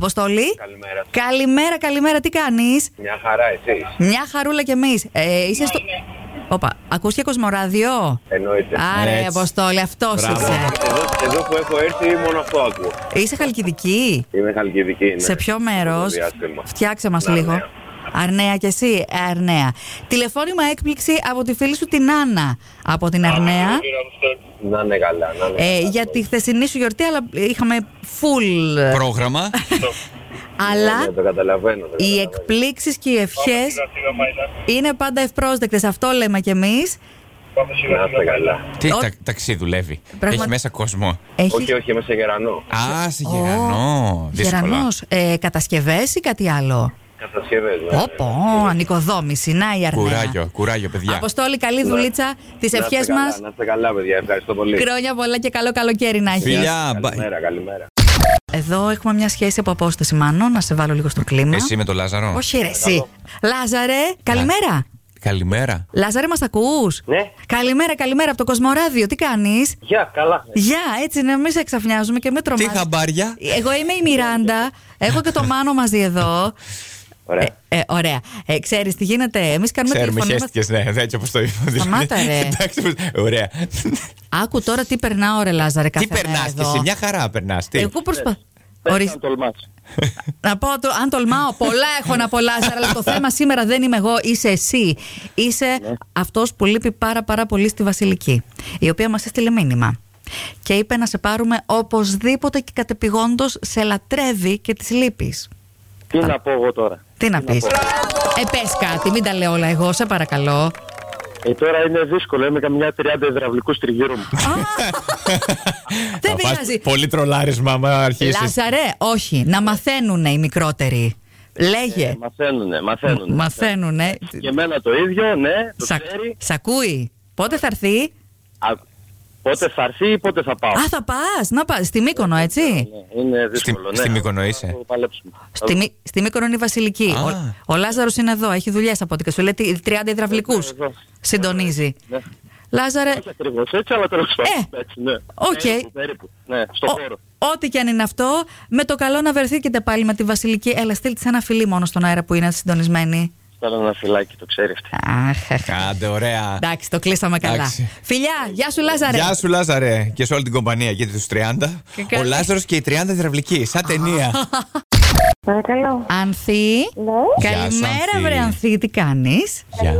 Αποστολή. Καλημέρα. Καλημέρα, καλημέρα. Τι κάνεις. Μια χαρά, εσείς. Μια χαρούλα κι εμείς. Ε, είσαι στο. Όπα, ακούς και κοσμοράδιο. Ναι. Εννοείται. Άρε, Έτσι. Αποστόλη, αυτό Μπράβο. είσαι. Εδώ, εδώ που έχω έρθει, μόνο αυτό ακούω. Είσαι χαλκιδική. Είμαι χαλκιδική. Ναι. Σε ποιο μέρος. Στο διάστημα. Φτιάξε μας Να, λίγο. ναι. Αρνέα κι εσύ, Ε, Αρνέα. Τηλεφώνημα έκπληξη από τη φίλη σου την Άννα από την Αρνέα. Να είναι καλά, να είναι Ε, καλά. για τη χθεσινή σου γιορτή, αλλά είχαμε full. ε, Πρόγραμμα. Αλλά Ναι, το καταλαβαίνω. Το οι καταλαβαίνω. εκπλήξεις και οι ευχές είναι πάντα ευπρόσδεκτες. Αυτό λέμε κι εμείς. Να είστε καλά. Τι Ο- τα, ταξιδουλεύει. Πράγμα- Έχει μέσα κόσμο. Έχει Όχι, όχι, είμαι σε γερανό. Α, σε γερανό. Δύσκολα. Γερανός. Ε, Κατασκευές ή κάτι άλλο. Κατασκευές. Όπω, ανοικοδόμηση. Να η αρνέα. Κουράγιο, κουράγιο, παιδιά. Αποστόλη, καλή δουλίτσα. Τι ευχέ μας. Να είστε καλά, παιδιά. Ευχαριστώ πολύ. Χρόνια πολλά και καλό καλοκαίρι να έχεις. Φιλιά, μπα- Καλημέρα, καλημέρα. Εδώ έχουμε μια σχέση από απόσταση, μάλλον. Να σε βάλω λίγο στο κλίμα. Εσύ με τον Λάζαρο. ναι. Όχι, ρε, εσύ. Λάζαρε, καλημέρα. Καλημέρα. Λάζαρε, μας ακούς. Ναι. Καλημέρα, καλημέρα από το Κοσμοράδιο. Τι κάνεις. Γεια, καλά. Γεια, έτσι να μην σε εξαφνιάζουμε και με Τι τρομάζεις. χαμπάρια. Εγώ είμαι η Μιράντα. Έχω και το Μάνο μαζί εδώ. Ωραία. Ε, ε, ωραία. Ε, ξέρεις τι γίνεται. Εμείς κάνουμε Ξέρουμε, τηλεφωνήματα. χαίστηκες, ναι, δεν έτσι όπως το είπα. δηλαδή. Σταμάτα, ρε. Εντάξει, πως- ωραία. Άκου τώρα τι περνάω, ρε Λάζαρε, κάθε Τι περνά μέρα και εδώ. εσύ, μια χαρά περνάς. Εγώ προσπαθώ. Ορίστε. Τολμάς. Να πω, το, αν τολμάω, πολλά έχω να πω, Λάζαρε, αλλά το θέμα σήμερα δεν είμαι εγώ, είσαι εσύ. Είσαι αυτός που λείπει πάρα πάρα πολύ στη Βασιλική, η οποία μας έστειλε μήνυμα. Και είπε να σε πάρουμε οπωσδήποτε και κατεπηγόντως σε λατρεύει και της λείπεις. Τι να πω εγώ τώρα. Τι να πεις. Ε, πες κάτι, μην τα λέω όλα εγώ, σε παρακαλώ. Ε, τώρα είναι δύσκολο. Είμαι καμιά 30 υδραυλικούς τριγύρω μου. Δεν πειράζει. Πολύ τρολάρισμα, άμα αρχίσεις. Λάζαρε, όχι, να μαθαίνουν οι μικρότεροι. Λέγε. μαθαίνουνε, μαθαίνουνε. Μαθαίνουνε. Και εμένα το ίδιο, ναι, το Σα, ξέρει. σ' ακούει. Πότε θα έρθει. Α, πότε θα έρθει ή πότε θα πάω. Α, θα πας. Να πας. Στη Μύκονο, έτσι. Ναι, είναι δύσκολο, Στη- ναι. στη Μύκονο είσαι. Θα το παλέψουμε. Στη, Μύ- στη Μύκονο είναι η Βασιλική. Α. Ο, ο Λάζαρος είναι εδώ. Έχει δουλειές από ό,τι και σου λέει. τι- Ναι, 30 υδραυλικού. Εδώ, εδώ. Συντονίζει. Ναι. Λάζαρε. Όχι ακριβώς έτσι, αλλά τέλος πάντων. Ε, έτσι, ναι. οκ. Περίπου, περίπου. Ναι, στο ο- χώρο. Ό,τι και αν είναι αυτό, με το καλό να βερθήκετε πάλι με τη Βασιλική. Έλα, στείλτε ένα φιλί μόνο στον αέρα που είναι συντονισμένη. Θέλω ένα φυλάκι, το ξέρει αυτή. Αχ, αχ. Κάντε, ωραία. Εντάξει, το κλείσαμε καλά. Εντάξει. Φιλιά, γεια σου Λάζαρε. Γεια σου, Λάζαρε. Και σε όλη την κομπανία και τους 30. Και Ο καλή. Λάζαρος και οι 30 υδραυλικοί. Σαν ταινία. Παρακαλώ. Ανθή. Ναι. Γεια σου, Καλημέρα, Ανθή. βρε Ανθή, τι κάνεις. Γεια.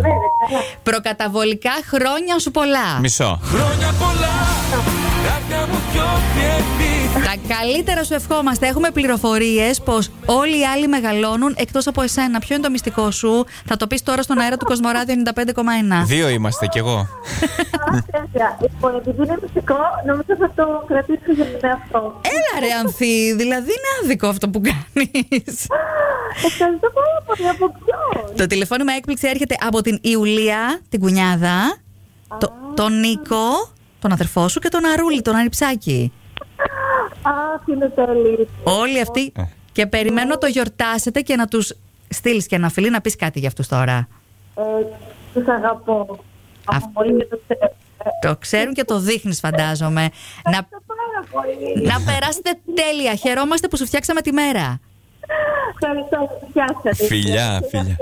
Προκαταβολικά χρόνια σου πολλά. Μισό. Τα καλύτερα σου ευχόμαστε. Έχουμε πληροφορίες πως όλοι οι άλλοι μεγαλώνουν εκτός από εσένα. Ποιο είναι το μυστικό σου, θα το πεις τώρα στον αέρα του Κοσμοράδιο 95,1. Δύο είμαστε κι εγώ. Α, Τέλεια. Λοιπόν, επειδή είναι μυστικό, νομίζω θα το κρατήσω για τον εαυτό μου. Έλα ρε Ανθή, δηλαδή είναι άδικο αυτό που κάνεις. Ευχαριστώ πάρα πολύ. Από ποιον. το τηλεφώνημα έκπληξη έρχεται από την Ιουλία, την κουνιάδα, το, τον Νίκο, τον αδερφό σου και τον Αρούλη, τον Αριψάκη. Αχ, είναι τέλειο. Όλοι αυτοί. Ε. Και περιμένω να το γιορτάσετε και να τους στείλεις και ένα φιλί να πεις κάτι για αυτούς τώρα. Ε, Τους αγαπώ. Αυτό. Από πολύ και το ξέρω. Ε, Το ξέρουν και το δείχνεις φαντάζομαι. να, Ευχαριστώ πάρα πολύ. να περάσετε τέλεια. Χαιρόμαστε που σου φτιάξαμε τη μέρα. Ευχαριστώ που πιάσατε. Φιλιά, φιλιά.